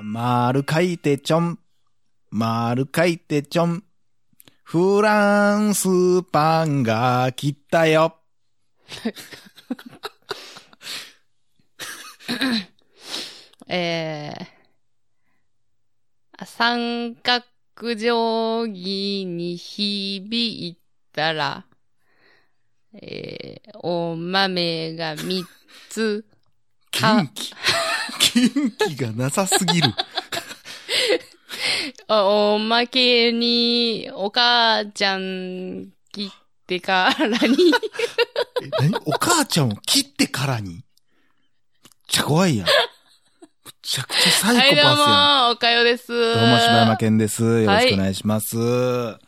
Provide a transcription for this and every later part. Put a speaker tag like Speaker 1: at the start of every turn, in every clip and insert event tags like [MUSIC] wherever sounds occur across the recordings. Speaker 1: 丸書いてちょん。丸書いてちょん。フランスパンが来たよ。
Speaker 2: えー、三角定規に響いたら、えー、お豆が三つ、
Speaker 1: 元気。元気がなさすぎる。
Speaker 2: おおまけに、お母ちゃん切っ
Speaker 1: [LAUGHS]
Speaker 2: てからに、
Speaker 1: え、何お母ちゃんを切ってからにめっちゃ怖いやん。むちゃくちゃサ
Speaker 2: は
Speaker 1: イ
Speaker 2: い、
Speaker 1: コ
Speaker 2: どう
Speaker 1: パスやん。
Speaker 2: も、おかよです。
Speaker 1: どうも、柴山健です。よろ
Speaker 2: は
Speaker 1: し
Speaker 2: い
Speaker 1: くお願いします。は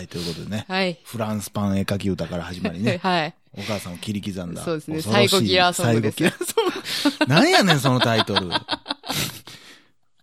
Speaker 1: い、ということでね。
Speaker 2: はい。
Speaker 1: フランスパン絵描き歌から始まりね。
Speaker 2: [LAUGHS] はい。
Speaker 1: お母さんを切り刻んだ。
Speaker 2: そうですね
Speaker 1: 恐ろしい
Speaker 2: サイコキラーソングです
Speaker 1: サイコキラーソング。 [LAUGHS] 何やねん、そのタイトル。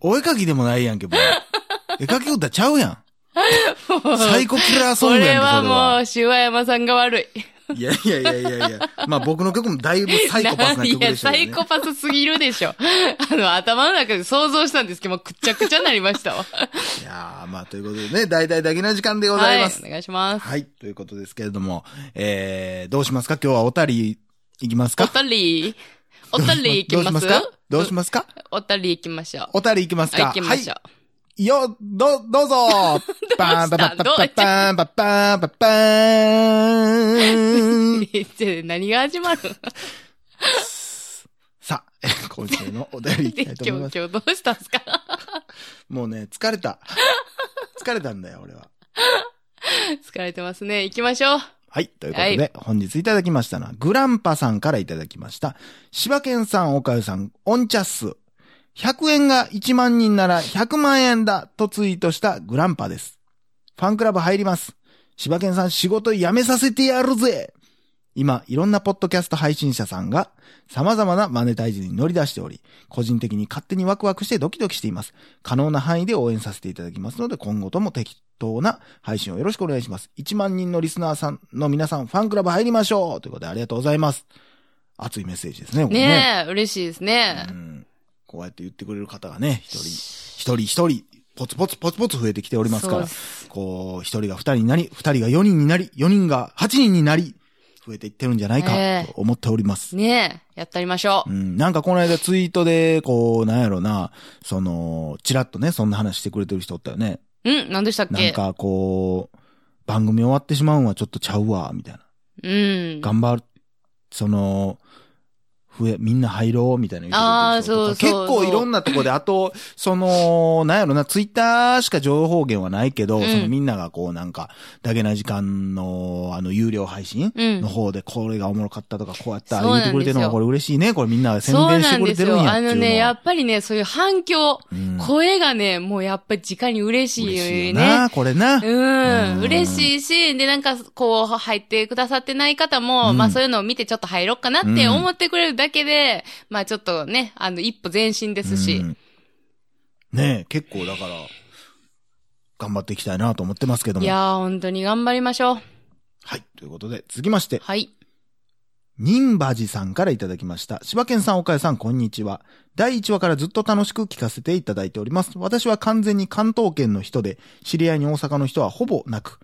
Speaker 1: お絵描きでもないやんけ、僕。絵描き歌ちゃうやん。
Speaker 2: [LAUGHS]
Speaker 1: サイコキラーソン
Speaker 2: こ
Speaker 1: グやんけ、そ
Speaker 2: れ
Speaker 1: れ
Speaker 2: はも
Speaker 1: は。
Speaker 2: う、柴山さんが悪い。
Speaker 1: いやいやいやいやいや。まあ僕の曲もだいぶサイコパスな曲
Speaker 2: い
Speaker 1: で
Speaker 2: や、
Speaker 1: した
Speaker 2: サ
Speaker 1: け
Speaker 2: [LAUGHS]
Speaker 1: ど
Speaker 2: イ
Speaker 1: ね。
Speaker 2: コパスすぎるでしょ。あ [LAUGHS] の、頭の中で想像したんですけど、もうくっちゃくちゃになりましたわ。
Speaker 1: いやーまあということでね、大々だけな時間でございます。
Speaker 2: はい、お願いします。
Speaker 1: はい。ということですけれども、えー、どうしますか今日はおたり、行きます
Speaker 2: お
Speaker 1: か
Speaker 2: たり、おたり行きま
Speaker 1: どうし
Speaker 2: す
Speaker 1: ますかどうしますか
Speaker 2: おたり行きましょう。
Speaker 1: おたり行きますか
Speaker 2: 行きましょう。
Speaker 1: い。よ、ど、 [LAUGHS] どうぞパンパパパパパンパパンパパーン
Speaker 2: [LAUGHS] で何が始まる
Speaker 1: さあ、え今週のおたり行きたいと
Speaker 2: 今
Speaker 1: 思い
Speaker 2: 日、今
Speaker 1: ま [LAUGHS]
Speaker 2: 日
Speaker 1: す。
Speaker 2: どうしたんすか
Speaker 1: もうね、疲れた。 [LAUGHS] 疲れたんだよ、俺は。
Speaker 2: 疲れてますね。行きましょう。
Speaker 1: はい。ということで、
Speaker 2: は
Speaker 1: 本日いただきましたのは、グランパさんからいただきました。柴犬さん、おかゆさん、オンチャッス。100円が1万人なら100万円だとツイートしたグランパです。ファンクラブ入ります。柴犬さん、仕事辞めさせてやるぜ今、いろんなポッドキャスト配信者さんが様々なマネタイズに乗り出しており、個人的に勝手にワクワクしてドキドキしています。可能な範囲で応援させていただきますので、今後とも適当な配信をよろしくお願いします。1万人のリスナーさんの皆さん、ファンクラブ入りましょうということでありがとうございます。熱いメッセージですね、これ
Speaker 2: ねえ、嬉しいですね
Speaker 1: う。んこうやって言ってくれる方がね、一人、一人一人、ポツポツポツポツ増えてきておりますか
Speaker 2: そう
Speaker 1: ら
Speaker 2: で、す
Speaker 1: こう、一人が二人になり、二人が四人になり、四人が八人になり、増えていってるんじゃないか
Speaker 2: ええ
Speaker 1: と思っております。
Speaker 2: ねえ、やってりましょう
Speaker 1: う。ん、なんかこの間ツイートで、こう、なんやろな、その、ちらっとね、そんな話してくれてる人おったよね。
Speaker 2: うん、何でしたっ
Speaker 1: なん
Speaker 2: け
Speaker 1: かこう、番組終わってしまうんはちょっとちゃうわ、みたいな。
Speaker 2: うん。
Speaker 1: 頑張る、その、増え、みんな入ろう、みたいな言
Speaker 2: あー
Speaker 1: ってくれてる人と
Speaker 2: そう
Speaker 1: か
Speaker 2: そうそう
Speaker 1: 結構いろんなとこで、あと、その、なんやろな、ツイッターしか情報源はないけど、
Speaker 2: うん
Speaker 1: そのみんながこうなんか、だけな時間の、あの、有料配信
Speaker 2: うん
Speaker 1: の。方で、これがおもろかったとか、こうやった、
Speaker 2: そう
Speaker 1: 言
Speaker 2: な
Speaker 1: っ
Speaker 2: んです
Speaker 1: て
Speaker 2: よ
Speaker 1: くれてるのは、これ嬉しいね。これみんな宣
Speaker 2: そう
Speaker 1: 伝し
Speaker 2: な
Speaker 1: て
Speaker 2: ん
Speaker 1: く
Speaker 2: で
Speaker 1: れ
Speaker 2: す
Speaker 1: てる
Speaker 2: よ。
Speaker 1: んや
Speaker 2: あ
Speaker 1: って
Speaker 2: の
Speaker 1: いう
Speaker 2: ね、
Speaker 1: の
Speaker 2: や
Speaker 1: は。
Speaker 2: っぱりね、そういう反響、
Speaker 1: うん
Speaker 2: 声がね、もうやっぱり直に嬉しい
Speaker 1: 嬉
Speaker 2: よ
Speaker 1: しい
Speaker 2: ね。
Speaker 1: よな、これな。う
Speaker 2: う
Speaker 1: ん
Speaker 2: ん、嬉しいし、で、なんか、こう、入ってくださってない方
Speaker 1: う
Speaker 2: も、
Speaker 1: ん
Speaker 2: まあそういうのを見てちょっと入ろうかなって思ってくれるだけで、まあちょっとね、あの、一歩前進ですし、
Speaker 1: うんねえ、結構だから、頑張っていきたいなと思ってますけども
Speaker 2: い。やー、本当に頑張りましょう。
Speaker 1: はい。ということで、続きまして、
Speaker 2: はい。
Speaker 1: ニンバジさんからいただきました。柴犬さん、岡谷さん、こんにちは。第1話からずっと楽しく聞かせていただいております。私は完全に関東圏の人で、知り合いに大阪の人はほぼなく、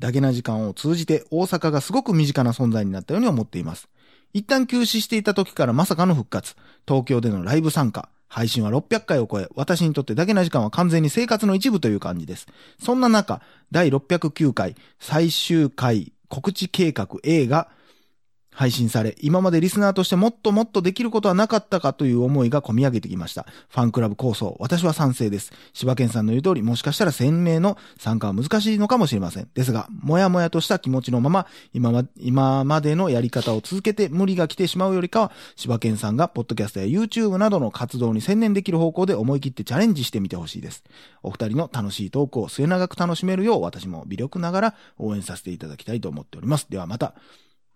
Speaker 1: だけな時間を通じて大阪がすごく身近な存在になったように思っています。一旦休止していた時からまさかの復活、東京でのライブ参加、配信は600回を超え、私にとってだけな時間は完全に生活の一部という感じです。そんな中、第609回最終回告知計画映画配信され、今までリスナーとしてもっともっとできることはなかったかという思いが込み上げてきました。ファンクラブ構想、私は賛成です。柴犬さんの言う通り、もしかしたら鮮明の参加は難しいのかもしれません。ですが、もやもやとした気持ちのまま、今ま、今までのやり方を続けて無理が来てしまうよりかは、柴犬さんがポッドキャストや YouTube などの活動に専念できる方向で思い切ってチャレンジしてみてほしいです。お二人の楽しいトークを末永く楽しめるよう、私も微力ながら応援させていただきたいと思っております。ではまた、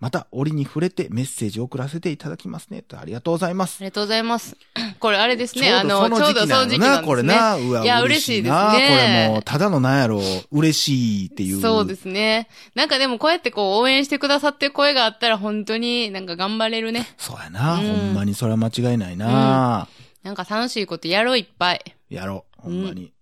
Speaker 1: また折に触れてメッセージを送らせていただきますね。とありがとうございま
Speaker 2: あ
Speaker 1: す。
Speaker 2: りがとうございます。 [CLEARS THROAT] これあれですね、
Speaker 1: ちょ
Speaker 2: あ
Speaker 1: うどそ
Speaker 2: の、
Speaker 1: の
Speaker 2: ちょ
Speaker 1: 時
Speaker 2: う
Speaker 1: 期
Speaker 2: どそ
Speaker 1: な
Speaker 2: の
Speaker 1: の
Speaker 2: 時期
Speaker 1: な、
Speaker 2: なんですね。
Speaker 1: これな。うわ、
Speaker 2: いや
Speaker 1: 嬉しいな。
Speaker 2: 嬉しいですね
Speaker 1: これもう、ただのなんやろ、嬉しいっていう。
Speaker 2: そうですね。なんかでもこうやってこう応援してくださってる声があったら本当になんか頑張れるね。
Speaker 1: そうやな、
Speaker 2: うん
Speaker 1: ほんまにそれは間違いないな、
Speaker 2: なんか楽しいことやろういっぱい。
Speaker 1: やろう。ほんまに。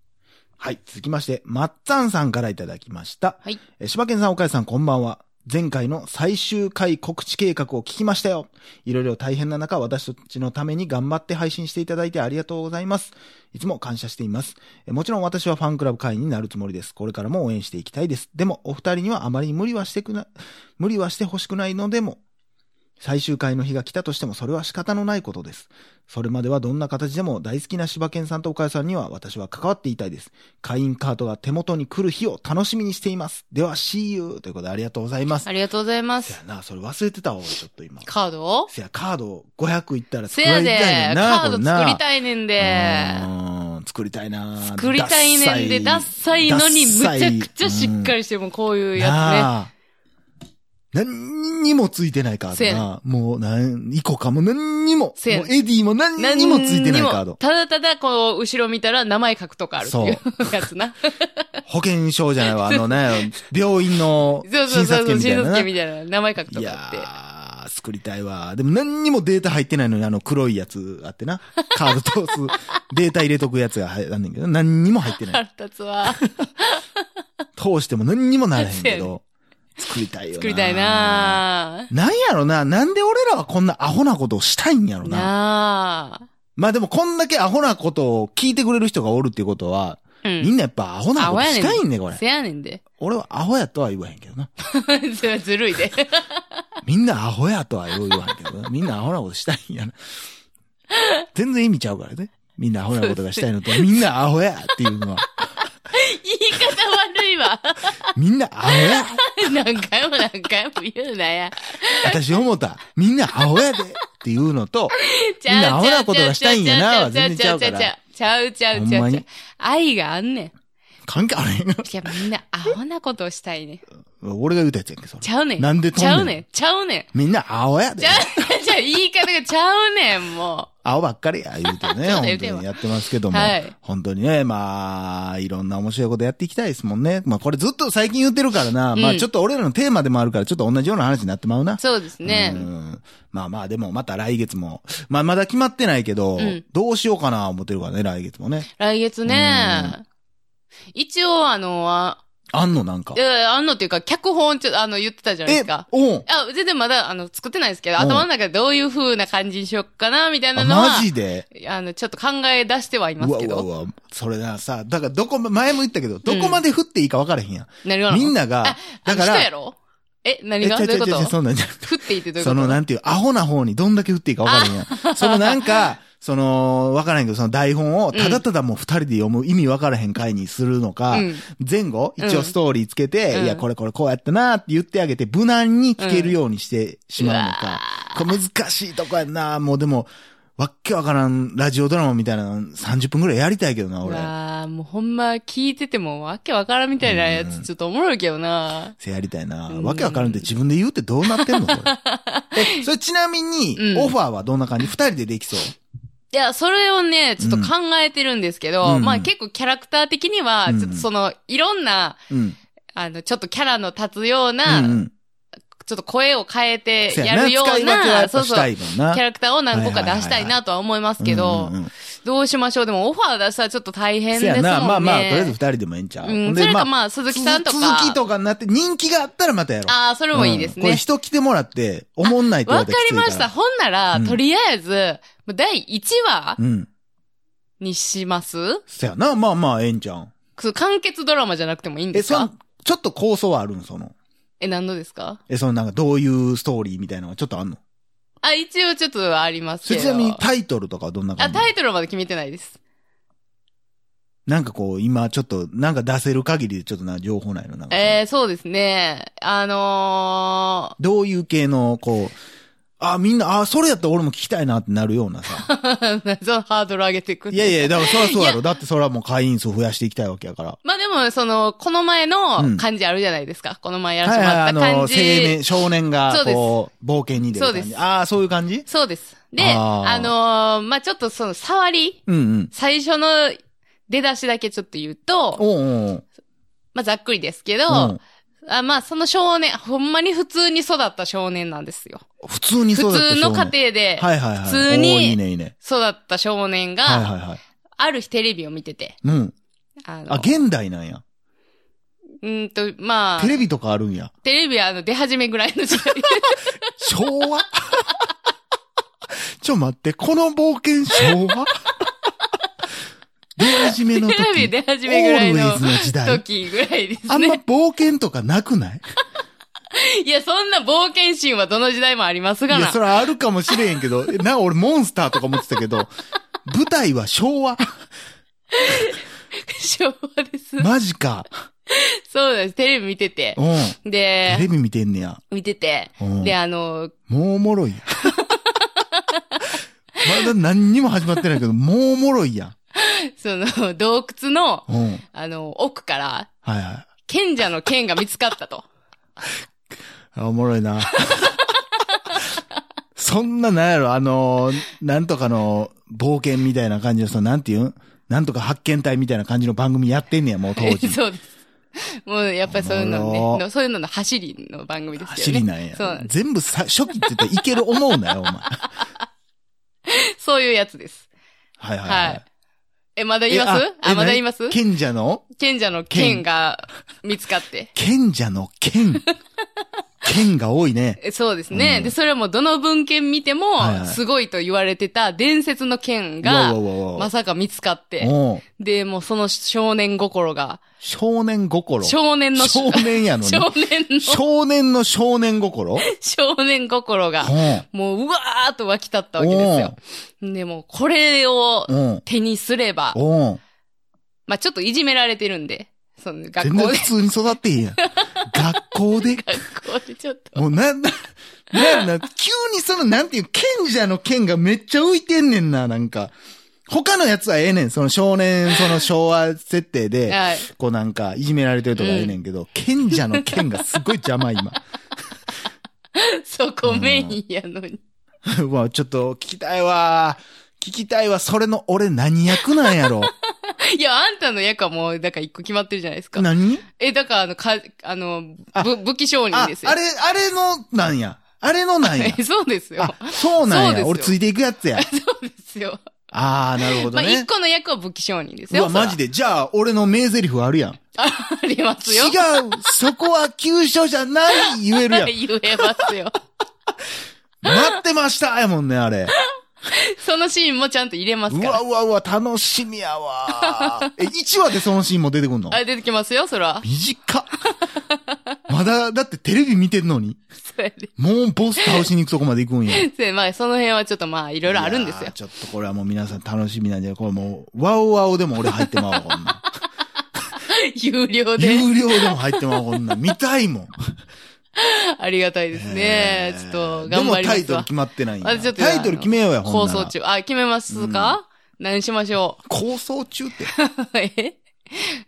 Speaker 1: はい。続きまして、まっつぁんさんからいただきました。
Speaker 2: はい。
Speaker 1: えー柴犬さん、岡井さん、こんばんは。前回の最終回告知計画を聞きましたよ。いろいろ大変な中、私たちのために頑張って配信していただいてありがとうございます。いつも感謝しています。えーもちろん私はファンクラブ会員になるつもりです。これからも応援していきたいです。でも、お二人にはあまり無理はしてくな、無理はしてほしくないのでも、最終回の日が来たとしてもそれは仕方のないことです。それまではどんな形でも大好きな柴犬さんと岡谷さんには私は関わっていたいです。会員カードが手元に来る日を楽しみにしています。では、See you! ということでありがとうございます。
Speaker 2: ありがとうございま
Speaker 1: せ
Speaker 2: す
Speaker 1: や。な、それ忘れてたわ、俺ちょっと今。
Speaker 2: カードを
Speaker 1: せや、カード500いったら
Speaker 2: せ
Speaker 1: 作り
Speaker 2: やで
Speaker 1: たいねん、な、
Speaker 2: カード作りたいねんで。
Speaker 1: で。作りたいな
Speaker 2: 作りたいねんで、ダッサいのに、むちゃくちゃしっか
Speaker 1: り
Speaker 2: りしてるもん、こういうや
Speaker 1: なあ何にもついてないカ
Speaker 2: せ
Speaker 1: ー
Speaker 2: や
Speaker 1: ド
Speaker 2: ね
Speaker 1: な。もう、なん、イコカも何にも。もう
Speaker 2: せやね
Speaker 1: エディも
Speaker 2: つ
Speaker 1: 何
Speaker 2: ね。何
Speaker 1: にもついてないカード。
Speaker 2: ただただ、こう、後ろ見たら名前書くとかあるっていう [LAUGHS] やつな。
Speaker 1: 保険証じゃないわ。あ
Speaker 2: [LAUGHS]
Speaker 1: のね、病院の
Speaker 2: そうそう
Speaker 1: 診
Speaker 2: そ
Speaker 1: 察
Speaker 2: うそ
Speaker 1: 券
Speaker 2: う、
Speaker 1: みたいな
Speaker 2: 新卒
Speaker 1: な。
Speaker 2: 券
Speaker 1: い
Speaker 2: みたいな。名前書くとかあって。
Speaker 1: やー、作りたいわ。でも何にもデータ入ってないのに、あの黒いやつあってな。カード
Speaker 2: [LAUGHS]
Speaker 1: 通す、データ入れとくやつが入あんねんけど、何にも入ってない。
Speaker 2: 腹立つわ。
Speaker 1: 通しても何にもならへん
Speaker 2: せ
Speaker 1: け
Speaker 2: やね [LAUGHS]
Speaker 1: ど、作りたいよな。
Speaker 2: 作りたいなぁ。
Speaker 1: なんやろな、なんで俺らはこんなアホなことをしたいんやろな。
Speaker 2: な
Speaker 1: まあでもこんだけアホなことを聞いてくれる人がおるっていうことは、
Speaker 2: ぁ。う
Speaker 1: みんなやっぱアホなことしたいんね、これ。
Speaker 2: せやねんで。 [LAUGHS]
Speaker 1: 俺はアホやとは言わへんけどな。
Speaker 2: それはずるいで。 [LAUGHS]
Speaker 1: みんなアホやとはよう言わんけどな、みんなアホなことしたいんやな。全然意味ちゃうからね。みんなアホなことがしたいのと、みんなアホやっていうのは、
Speaker 2: 言い方悪いわ。 [LAUGHS]
Speaker 1: みんなアホや
Speaker 2: 何回も何回も言うなや。
Speaker 1: 私思ったみんなアホやでっていうのと、
Speaker 2: ちゃう
Speaker 1: みんなアホなことがしたいんやなぁは
Speaker 2: ちゃ
Speaker 1: 全然ちゃうから
Speaker 2: ちゃちゃうちゃう
Speaker 1: ほ
Speaker 2: ち
Speaker 1: ん
Speaker 2: ゃ
Speaker 1: ま
Speaker 2: うち
Speaker 1: に
Speaker 2: ゃうちゃうちゃうちゃう。愛があんねん。い
Speaker 1: 関係あれへんが。
Speaker 2: や、みんなアホなことをしたいねん。
Speaker 1: 俺が言うたやつやんけ、それ
Speaker 2: ち。ゃうねん。
Speaker 1: なんで飛
Speaker 2: ちゃ
Speaker 1: んで
Speaker 2: うね
Speaker 1: ん
Speaker 2: ん。ちゃうねん。
Speaker 1: みんなアホやで
Speaker 2: ち。ゃう、ちゃう、言い方がちゃうねん、も
Speaker 1: 青ばっかりや、言うてね、
Speaker 2: そうだ
Speaker 1: 本
Speaker 2: 言うて
Speaker 1: 当
Speaker 2: んわ
Speaker 1: にやってますけども、
Speaker 2: はい
Speaker 1: 本当にね、まあ、いろんな面白いことやっていきたいですもんね。まあ、これずっと最近言ってるからな、
Speaker 2: うん
Speaker 1: まあ、ちょっと俺らのテーマでもあるから、ちょっと同じような話になってまうな
Speaker 2: う。。そうですね
Speaker 1: う。んまあまあ、でもまた来月も、まあ、まだ決まってないけど、
Speaker 2: うん
Speaker 1: どうしようかな、思ってるからね、来月もね。
Speaker 2: 来月ね。一応、あの、あ
Speaker 1: あんの、なんか
Speaker 2: い。やあんのっていうか、脚本、ちょっと、あの、言ってたじゃないですか。
Speaker 1: おん。
Speaker 2: あ、全然まだ、あの、作ってないですけど、
Speaker 1: うん
Speaker 2: 頭の中でどういう風な感じにしよっかな、みたい
Speaker 1: あ
Speaker 2: なのは、
Speaker 1: マジで
Speaker 2: あの、ちょっと考え出してはいま
Speaker 1: う
Speaker 2: す
Speaker 1: わ
Speaker 2: け
Speaker 1: う
Speaker 2: ど。
Speaker 1: わうわ。それな、さ、だからどこま、前も言ったけど、どこまで振っていいか分からへんやん。
Speaker 2: なるほど。
Speaker 1: みん
Speaker 2: な、
Speaker 1: なが、だか
Speaker 2: 人や
Speaker 1: ら、
Speaker 2: ろえ、
Speaker 1: え
Speaker 2: 何が
Speaker 1: ち
Speaker 2: ど
Speaker 1: ゃ
Speaker 2: ういうこ
Speaker 1: ちゃちゃちゃ
Speaker 2: と
Speaker 1: そんなんじゃ
Speaker 2: 降っていいってどういうこと
Speaker 1: その、なんていう、アホな方にどんだけ振っていいか分からへん
Speaker 2: [LAUGHS]
Speaker 1: やん。そのなんか、その、分からへんけど、その台本をただただもう二人で読む意味分からへん回にするのか、
Speaker 2: うん
Speaker 1: 前後、一応ストーリーつけて、
Speaker 2: うん
Speaker 1: いや、これこれこうやったなって言ってあげて、無難に聞けるようにしてしまうのか。これ難しいとこやんなもうでも、わっけわからんラジオドラマみたいなの30分くらいやりたいけどな、
Speaker 2: う
Speaker 1: 俺。
Speaker 2: わーもうほんま聞いててもわけわからんみたいなや
Speaker 1: うん
Speaker 2: つちょっとおもろいけどな。
Speaker 1: せやりたいな。
Speaker 2: うん
Speaker 1: わけわからんって自分で言うってどうなってんのこ
Speaker 2: [LAUGHS]
Speaker 1: れ。え、それちなみに
Speaker 2: う、ん
Speaker 1: オファーはどんな感じ二人でできそう。
Speaker 2: いや、それをね、ちょっと考えてるんですけ
Speaker 1: うん
Speaker 2: ど、
Speaker 1: うん
Speaker 2: まあ結構キャラクター的には、
Speaker 1: うん
Speaker 2: ちょっとその、いろんな、
Speaker 1: うん。
Speaker 2: あの、ちょっとキャラの立つような、
Speaker 1: うんうん。
Speaker 2: ちょっと声を変えて
Speaker 1: せ
Speaker 2: やるよ
Speaker 1: 使
Speaker 2: う
Speaker 1: い分けは
Speaker 2: な、
Speaker 1: やっぱしたいもんな。
Speaker 2: キャラクターを何個か
Speaker 1: はいはいはいはい
Speaker 2: 出したいなとは思いますけど
Speaker 1: うんう、んうん
Speaker 2: どうしましょうでもオファー出したらちょっと大変
Speaker 1: せ
Speaker 2: ですも
Speaker 1: や
Speaker 2: んね。
Speaker 1: な、まあまあ、とりあえず二人でもええんちゃう。
Speaker 2: う
Speaker 1: ほ
Speaker 2: ん、
Speaker 1: ん
Speaker 2: そ
Speaker 1: で
Speaker 2: れ
Speaker 1: ま
Speaker 2: か
Speaker 1: あ
Speaker 2: まあ、鈴木さんと
Speaker 1: 鈴
Speaker 2: か。
Speaker 1: 木とかになって、人気があったらまたやろう。
Speaker 2: ああ、それもいいです
Speaker 1: うんこれ
Speaker 2: ね。
Speaker 1: 人来てもらって、おもんないって
Speaker 2: わ、
Speaker 1: 言われた
Speaker 2: か
Speaker 1: らきつ
Speaker 2: り
Speaker 1: いから
Speaker 2: ました。。ほんなら、
Speaker 1: うん
Speaker 2: とりあえず、もう第1話
Speaker 1: うん。
Speaker 2: にします
Speaker 1: せやな、まあまあ、ええんちゃう。
Speaker 2: そう完結ドラマじゃなくてもいいん
Speaker 1: え、
Speaker 2: です
Speaker 1: その
Speaker 2: か、
Speaker 1: ちょっと構想はあるんその。
Speaker 2: え、何のですか
Speaker 1: え、そのなんかどういうストーリーみたいなのがちょっとあんの
Speaker 2: あ、一応ちょっとあります
Speaker 1: そ
Speaker 2: け
Speaker 1: れ
Speaker 2: ど。
Speaker 1: ちなみにタイトルとかはどんな
Speaker 2: あ、
Speaker 1: 感じ
Speaker 2: タイトルはまで決めてないです。
Speaker 1: なんかこう、今ちょっと、なんか出せる限りでちょっとな、情報ないのなんか。
Speaker 2: えー、そうですね。あの
Speaker 1: どういう系の、こう、あ、みんな、あ、それやったら俺も聞きたいなってなるような
Speaker 2: [LAUGHS]
Speaker 1: さ。
Speaker 2: ー、そのハードル上げていく。
Speaker 1: いやいや、だからそりゃそうやろ。だってそれはもう会員数増やしていきたいわけやから。
Speaker 2: まあでも、その、この前
Speaker 1: うん
Speaker 2: の感じあるじゃないですか。この前やらせて
Speaker 1: い
Speaker 2: も
Speaker 1: い、
Speaker 2: らっ
Speaker 1: あ
Speaker 2: た感
Speaker 1: の、青
Speaker 2: じ。
Speaker 1: 年、少年が
Speaker 2: そう、です
Speaker 1: こう、冒険に出る感じ。
Speaker 2: そうです
Speaker 1: ああ、そういう感じ
Speaker 2: そうです。で、
Speaker 1: あ
Speaker 2: あ
Speaker 1: ー
Speaker 2: のーまあちょっとその、触り、
Speaker 1: うんうん。
Speaker 2: 最初の出だしだけちょっと言うと、
Speaker 1: おうおう
Speaker 2: まあざっくりですけど、
Speaker 1: うん。
Speaker 2: あ、まあ、その少年、ほんまに普通に育った少年なんですよ。
Speaker 1: 普通に
Speaker 2: 普
Speaker 1: そうだった
Speaker 2: 通の家庭
Speaker 1: 家
Speaker 2: で
Speaker 1: はいはいはい。
Speaker 2: 普通に
Speaker 1: おーいいねいいね。
Speaker 2: 育った少年が、
Speaker 1: はいはいはい。
Speaker 2: ある日テレビを見てて、
Speaker 1: うん。
Speaker 2: あの、
Speaker 1: あ、現代なんや。
Speaker 2: うんと、まあ、
Speaker 1: テレビとかあるんや。
Speaker 2: テレビはあの出始めぐらいの時代。
Speaker 1: 昭和 [LAUGHS] ちょ待って、この冒険昭和出始めの時。
Speaker 2: テレビ出始めぐらい
Speaker 1: オールウェイズ
Speaker 2: の
Speaker 1: の時代。
Speaker 2: 時ぐらいです
Speaker 1: あんま
Speaker 2: ね。
Speaker 1: 冒険とかなくない
Speaker 2: いや、そんな冒険心はどの時代もあります
Speaker 1: い
Speaker 2: が
Speaker 1: や、
Speaker 2: な
Speaker 1: そ。れはあるかもしれへんけど、えなんか俺モンスターとか思ってたけど、舞台は昭
Speaker 2: [LAUGHS]
Speaker 1: 和。
Speaker 2: 昭和です。
Speaker 1: マジか。
Speaker 2: そうです。テレビ見てて
Speaker 1: う。ん。テレ
Speaker 2: で、
Speaker 1: ビ見てんねや。
Speaker 2: 見てて。
Speaker 1: うん
Speaker 2: で、あの、
Speaker 1: もうおもろいやん。まだ何にも始まってないけど、もうおもろいや
Speaker 2: その、洞窟の、
Speaker 1: ん。うん。はい
Speaker 2: あの、奥から、
Speaker 1: はい。
Speaker 2: 賢者の剣が見つかったと。
Speaker 1: あおもろいな。 [LAUGHS] そんな、なんやろ、あのーなんとかの冒険みたいな感じの、その、なんていうんなんとか発見隊みたいな感じの番組やってんねや、もう当時。
Speaker 2: [LAUGHS] そうです。もう、やっぱりそういうの
Speaker 1: おも
Speaker 2: ね
Speaker 1: ろ
Speaker 2: の、そういうのの走りの番組ですよね。
Speaker 1: 走りなんや。
Speaker 2: そうなんです。
Speaker 1: 全部さ、初期って言ったらいける思うなよ、お前。
Speaker 2: [LAUGHS] そういうやつです。
Speaker 1: はいはいは
Speaker 2: はいい。。え、まだ言います
Speaker 1: え
Speaker 2: あ、まだ言いま
Speaker 1: え
Speaker 2: す
Speaker 1: 何賢者の
Speaker 2: 賢者の剣が見つかって。
Speaker 1: 賢者の
Speaker 2: [LAUGHS]
Speaker 1: 剣。剣が多いね。
Speaker 2: えそうですね。
Speaker 1: うん
Speaker 2: で、それもどの文献見ても
Speaker 1: はいはい、
Speaker 2: すごいと言われてた伝説の剣が
Speaker 1: うわう、わうわうわ
Speaker 2: まさか見つかって、
Speaker 1: おう
Speaker 2: で、もうその少年心が、
Speaker 1: 少年心。
Speaker 2: 少年の、
Speaker 1: 少
Speaker 2: 少
Speaker 1: 年やのね。
Speaker 2: 年の、
Speaker 1: 少年の少年
Speaker 2: [LAUGHS]
Speaker 1: 心
Speaker 2: 少年心が
Speaker 1: う、ん。
Speaker 2: もう、うわーっと湧き立ったわけですよ。でも、これを
Speaker 1: うん。
Speaker 2: 手にすれば、
Speaker 1: うん。
Speaker 2: まあちょっといじめられてるんで、その学
Speaker 1: 全
Speaker 2: 校
Speaker 1: 然
Speaker 2: で、
Speaker 1: 普通に育ってへ
Speaker 2: [LAUGHS]
Speaker 1: んやん。学校で。
Speaker 2: 学校でちょっと、
Speaker 1: もうな、な、なんな、急にその、なんていう、賢者の剣がめっちゃ浮いてんねんな、なんか。他のやつはええねん。その少年、その昭和設定で、
Speaker 2: [LAUGHS] はい。
Speaker 1: こうなんか、いじめられてるとかええねんけど、賢者の剣がすごい邪魔、今。 [LAUGHS]
Speaker 2: そこメインやのに。
Speaker 1: うわ、ちょっと聞きたいわ。聞きたいわ。それの俺何役なんや
Speaker 2: [LAUGHS]
Speaker 1: ろ。
Speaker 2: いや、あんたの役はもう、だから一個決まってるじゃないですか。
Speaker 1: 何
Speaker 2: え、だから、あの、か、あの
Speaker 1: あ、
Speaker 2: ぶ、武器商人
Speaker 1: あ、
Speaker 2: ですよ。
Speaker 1: あれ、あれの、なんや。あれのなんや。
Speaker 2: えそうですよ
Speaker 1: あ。、そうな
Speaker 2: そうんで
Speaker 1: や。
Speaker 2: すよ
Speaker 1: 俺ついていくやつや。
Speaker 2: そうですよ。
Speaker 1: あー、なるほ
Speaker 2: ま
Speaker 1: ど
Speaker 2: あ、一
Speaker 1: ね。
Speaker 2: 個の役は武器商人です
Speaker 1: う
Speaker 2: よ。
Speaker 1: わ、マジ
Speaker 2: で。
Speaker 1: で。じゃあ、俺の名台詞あるやん。
Speaker 2: ありますよ。。
Speaker 1: 違うそこは急所じゃない言えるやん
Speaker 2: [LAUGHS] 言えますよ。
Speaker 1: 待ってましたやもんね、あれ。
Speaker 2: そのシーンもちゃんと入れます
Speaker 1: う
Speaker 2: か
Speaker 1: わ
Speaker 2: ら。
Speaker 1: うわうわ、楽しみやわ。え、1話でそのシーンも出てくんの
Speaker 2: あ、出てきますよ、そら。
Speaker 1: 短っ。まだ、だってテレビ見てんのに。
Speaker 2: それで。
Speaker 1: もうボス倒しに行くとこまで行くんや。い
Speaker 2: それまあ、その辺はちょっとまあ、いろいろあるんです
Speaker 1: やー
Speaker 2: よ。 [LAUGHS]
Speaker 1: ちょっとこれはもう皆さん楽しみなんで、これもう、ワオワオでも俺入ってまうわ、こん
Speaker 2: [LAUGHS]
Speaker 1: なん。
Speaker 2: 有料で。
Speaker 1: 有料でも入ってまうわ、こんなん。見たいもん。
Speaker 2: ありがたいですね。ちょっと、
Speaker 1: で
Speaker 2: 頑
Speaker 1: も
Speaker 2: 張りま
Speaker 1: タイ
Speaker 2: す
Speaker 1: トル
Speaker 2: わ
Speaker 1: 決。まってないんや
Speaker 2: あちょっと
Speaker 1: タイトル決めようや、ほ
Speaker 2: 放
Speaker 1: んなら
Speaker 2: 送。中。あ、決めますか何しましょ
Speaker 1: 構想中って。
Speaker 2: う [LAUGHS] え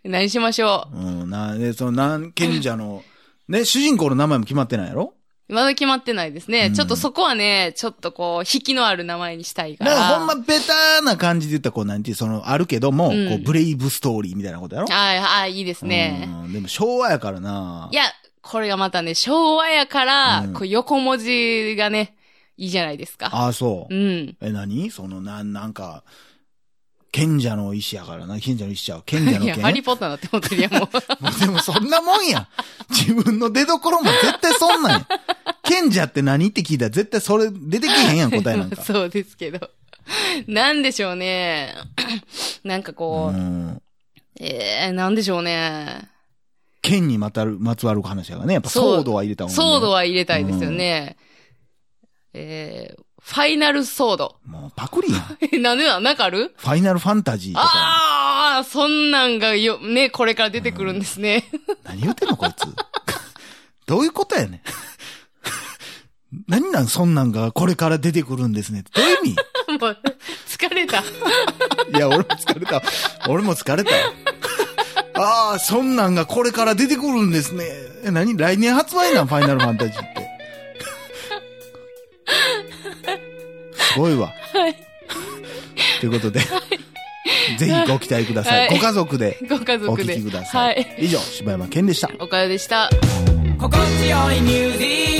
Speaker 2: 何しましょ
Speaker 1: うん、な、で、その、なん、賢者の、ね、主人公の名前も決まってないやろ
Speaker 2: うまだ決まってないですね。
Speaker 1: うん
Speaker 2: ちょっとそこはね、ちょっとこう、引きのある名前にしたいか
Speaker 1: なん
Speaker 2: ら。
Speaker 1: かほんまベタな感じで言ったら、こう、なんていう、その、あるけども、
Speaker 2: うん
Speaker 1: こう、ブレイブストーリーみたいなことやろ
Speaker 2: ああ、ああいいですね。
Speaker 1: うんでも昭和やからない
Speaker 2: や、これがまたね、昭和やから、
Speaker 1: うん
Speaker 2: こう横文字がね、いいじゃないですか。
Speaker 1: ああ、そう
Speaker 2: う。ん。
Speaker 1: え、何その、なん、なんか、賢者の石やからな、賢者の石ちゃう。賢者の
Speaker 2: いや、 [LAUGHS] ハ
Speaker 1: 剣。
Speaker 2: リーポッターだって思ってるやん、もう。
Speaker 1: も [LAUGHS] うでもそんなもんや。自分の出所も絶対そんなんや。賢者って何って聞いたら絶対それ出てけへんやん、答えなんか。
Speaker 2: [LAUGHS] そうですけど。なんでしょうね。 [CLEARS THROAT] なんかこ
Speaker 1: う
Speaker 2: う、
Speaker 1: ん。
Speaker 2: えー、なんでしょうね。
Speaker 1: 剣にまたる、まつわる話やからね。やっぱ
Speaker 2: そう
Speaker 1: ソードは入れた方がいいね
Speaker 2: ソードは入れたいですよね。えー、ファイナルソード。 [LAUGHS]
Speaker 1: もうパクリやん。フ
Speaker 2: え、なんでな、なんかある
Speaker 1: ァイナルファンタジーとか。
Speaker 2: ああ、そんなんがよ、ね、これから出てくるんですね。
Speaker 1: 何言うてんのこいつ。どういうことやねん。何なんそんなんがこれから出てくるんですねって。どういう意味
Speaker 2: [LAUGHS] もう、疲れた。
Speaker 1: いや、俺も疲れた。俺も疲れた。
Speaker 2: [LAUGHS]
Speaker 1: ああ、そんなんがこれから出てくるんですね。え、何来年発売なんファイナルファンタジーって。すごいわ。ということで、ぜひご期待ください。
Speaker 2: はい
Speaker 1: ご家族で
Speaker 2: ご家
Speaker 1: お
Speaker 2: 族
Speaker 1: 聞
Speaker 2: で
Speaker 1: きください。
Speaker 2: はい
Speaker 1: 以上、柴山健でした。
Speaker 2: おかよでした
Speaker 3: 心地よいミュージック